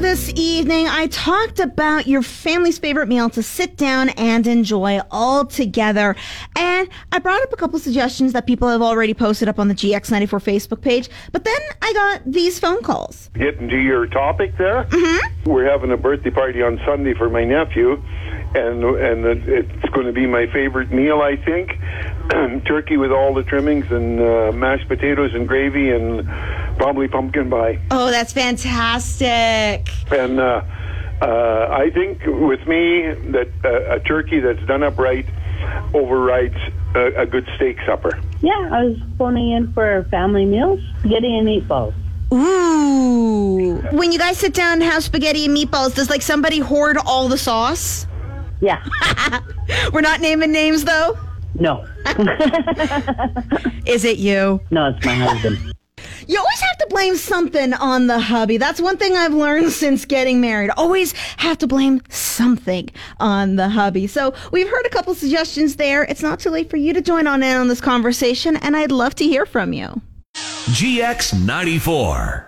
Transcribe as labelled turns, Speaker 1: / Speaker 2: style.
Speaker 1: this evening, I talked about your family's favorite meal to sit down and enjoy all together. And I brought up a couple suggestions that people have already posted up on the GX94 Facebook page. But then I got these phone calls.
Speaker 2: Getting to your topic there, mm-hmm. we're having a birthday party on Sunday for my nephew, and and it's going to be my favorite meal, I think. Turkey with all the trimmings and uh, mashed potatoes and gravy and probably pumpkin pie.
Speaker 1: Oh, that's fantastic.
Speaker 2: And uh, uh, I think with me that uh, a turkey that's done up right overrides a, a good steak supper.
Speaker 3: Yeah, I was phoning in for family meals, spaghetti and meatballs.
Speaker 1: Ooh. When you guys sit down and have spaghetti and meatballs, does like somebody hoard all the sauce?
Speaker 3: Yeah.
Speaker 1: We're not naming names though.
Speaker 3: No.
Speaker 1: Is it you?
Speaker 3: No, it's my husband.
Speaker 1: You always have to blame something on the hubby. That's one thing I've learned since getting married. Always have to blame something on the hubby. So we've heard a couple suggestions there. It's not too late for you to join on in on this conversation, and I'd love to hear from you.
Speaker 4: GX94.